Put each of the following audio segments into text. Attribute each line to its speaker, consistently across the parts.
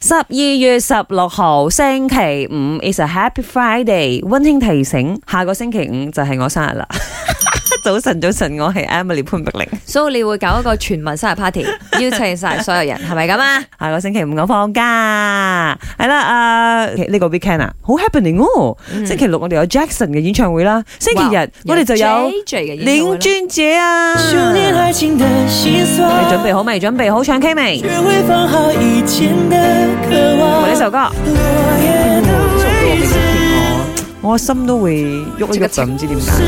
Speaker 1: 十二月十六號星期五，is a happy Friday。溫馨提醒，下個星期五就係我生日啦。 早晨，早晨，我係 Emily 潘碧玲。
Speaker 2: 所以你會搞一個全民生 日 party，邀請晒所有人，係咪咁啊？
Speaker 1: 下個星期五我放假，係啦，啊呢個 weekend 啊，好 happening 哦。星期六我哋有 Jackson 嘅演唱會啦，星期日我哋就有
Speaker 2: JJ 嘅演唱
Speaker 1: 林
Speaker 2: 會啦
Speaker 1: 俊傑啊。
Speaker 3: 修煉愛情的心酸，
Speaker 1: 你準備好未？準備好唱 K 未？
Speaker 3: 學會放好以前的渴望
Speaker 1: 我。呢首歌，
Speaker 3: 落叶
Speaker 1: 嗯
Speaker 3: 的位置
Speaker 1: 我心都會喐一喐就唔知點解。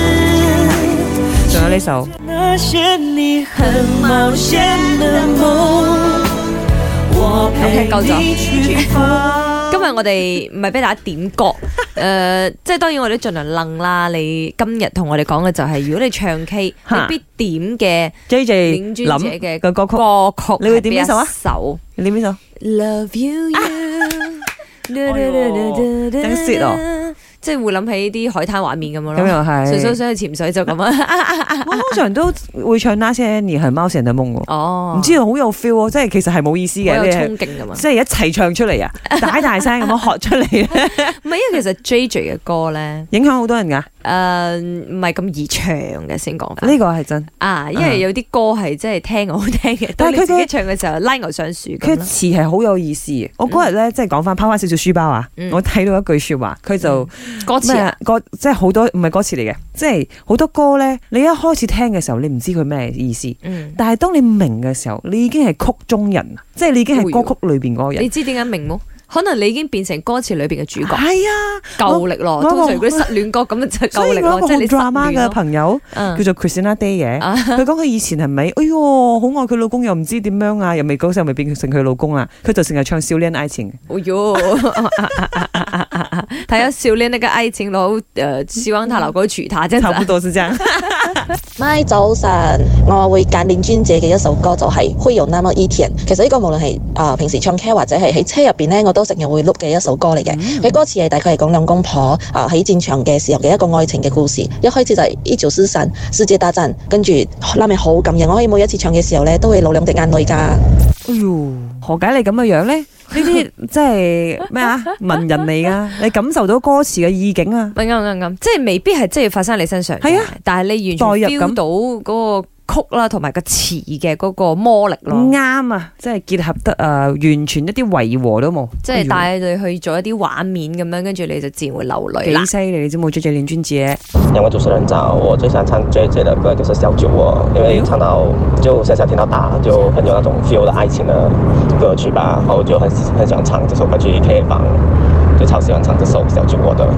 Speaker 1: 仲有呢首。
Speaker 3: 那些你很冒險的夢， 我陪
Speaker 2: OK，夠咗
Speaker 3: 你去放。
Speaker 2: 今日我哋唔係俾大家點歌， 诶、即係當然我哋都盡量楞啦。你今日同我哋講嘅就係，如果你唱 K，
Speaker 1: 嚇
Speaker 2: 你必點
Speaker 1: J J
Speaker 2: 嘅林俊
Speaker 1: 林
Speaker 2: 傑嘅
Speaker 1: 嘅歌曲，
Speaker 2: 歌曲，
Speaker 1: 你會點呢首啊
Speaker 2: 係邊一首
Speaker 1: 你邊首？
Speaker 2: Love You You。
Speaker 1: 真 sweet
Speaker 2: 哦！即係會諗起啲海灘畫面咁樣
Speaker 1: 啊咁哎
Speaker 2: 咯，
Speaker 1: 又
Speaker 2: 純粹
Speaker 1: 係。
Speaker 2: 想去潛水就咁啊！
Speaker 1: 我通常都會唱那些 E 年係貓成日夢喎，
Speaker 2: 哦，
Speaker 1: 唔知道好有 feel 喎，即係其實係冇意思嘅，
Speaker 2: 好
Speaker 1: 你
Speaker 2: 有
Speaker 1: 係
Speaker 2: 衝勁噶嘛？
Speaker 1: 即係一齊唱出嚟 啊，大大聲咁樣喝出嚟，啊
Speaker 2: 唔係，因為其實 J J 嘅歌咧，
Speaker 1: 影響好多人㗎。
Speaker 2: 啊誒呃唔係咁易唱嘅，先講翻
Speaker 1: 呢個係真，
Speaker 2: 啊，因
Speaker 1: 嗯
Speaker 2: 為有啲歌係真係聽好聽嘅，
Speaker 1: 但
Speaker 2: 但
Speaker 1: 係
Speaker 2: 係
Speaker 1: 佢
Speaker 2: 佢自
Speaker 1: 嘅
Speaker 2: 己唱嘅時候拉牛上樹
Speaker 1: 佢
Speaker 2: 咁啦。
Speaker 1: 詞係好有意思嘅。我嗰日咧即係講翻拋翻少少書包啊
Speaker 2: 嗯，
Speaker 1: 我睇到一句説話，佢就
Speaker 2: 歌詞啊
Speaker 1: 咩歌，即係好多唔係歌詞嚟嘅，即係好多歌咧，你一開始聽嘅時候你唔知佢咩意思。
Speaker 2: 嗯，
Speaker 1: 但係當你明嘅時候，你已經係曲中人，啊即係你已經係歌曲裏邊嗰個人
Speaker 2: 你。知點解明冇？可能你已經變成歌詞裏邊嘅主角，
Speaker 1: 係啊，
Speaker 2: 夠力咯。
Speaker 1: 我
Speaker 2: 通常嗰啲失戀歌咁就
Speaker 1: 所
Speaker 2: 夠
Speaker 1: 以
Speaker 2: 力
Speaker 1: 我有
Speaker 2: 咯
Speaker 1: 一個，
Speaker 2: 即
Speaker 1: 好
Speaker 2: 係你失
Speaker 1: drama
Speaker 2: 戀
Speaker 1: 嘅
Speaker 2: 咯。
Speaker 1: 朋友
Speaker 2: 嗯
Speaker 1: 叫做 Christina Day 嘅，
Speaker 2: 啊
Speaker 1: 佢講佢以前係咪，哎唷，好愛佢老公又唔知點樣啊，又未嗰時候未變成佢老公啊，佢就成日唱《少年愛 情》。
Speaker 2: 哦哟，睇下少年那個愛情佬，誒希望他老公娶她，真
Speaker 1: 差不
Speaker 2: 係。
Speaker 1: 多是這樣。
Speaker 2: 哎
Speaker 4: 咪早晨，我會揀連專姐嘅一首歌就係、會有那麼一天》。其實呢個無論係啊、呃平時唱 K 或者係喺車入邊咧，我都成日會碌嘅一首歌嚟嘅。佢、歌詞係大概係講兩公婆啊喺戰場嘅時候嘅一個愛情嘅故事。一開始就係一九四三世界大戰，跟住拉面好感人。我可以每一次唱嘅時候咧，都會流兩滴眼淚㗎。
Speaker 1: 哎唷，何解你咁嘅樣咧？呢 啲即係咩啊？文人嚟噶，你感受到歌詞嘅意境啊！
Speaker 2: 唔啱啱啱，嗯即係未必係真係發生喺你身上嘅，
Speaker 1: 係啊
Speaker 2: 但係你完全
Speaker 1: 代入感
Speaker 2: feel 到嗰個曲啦，同埋個詞嘅嗰個魔力咯，
Speaker 1: 啱啊，即係結合得誒、呃完全一啲違和都冇，哎
Speaker 2: 即係帶你去做一啲畫面咁樣，跟住你就自然會流淚啦
Speaker 1: 幾。犀利，你知冇？J J 連專姐，
Speaker 5: 两位主持人早，我最想唱 J J 的歌就是《小酒窝》，因为唱到就想想听到打，就很有那种 feel 的爱情的歌曲吧，然后就很很喜欢唱这首歌去 K 房，就超喜欢唱这首《小酒窝》的。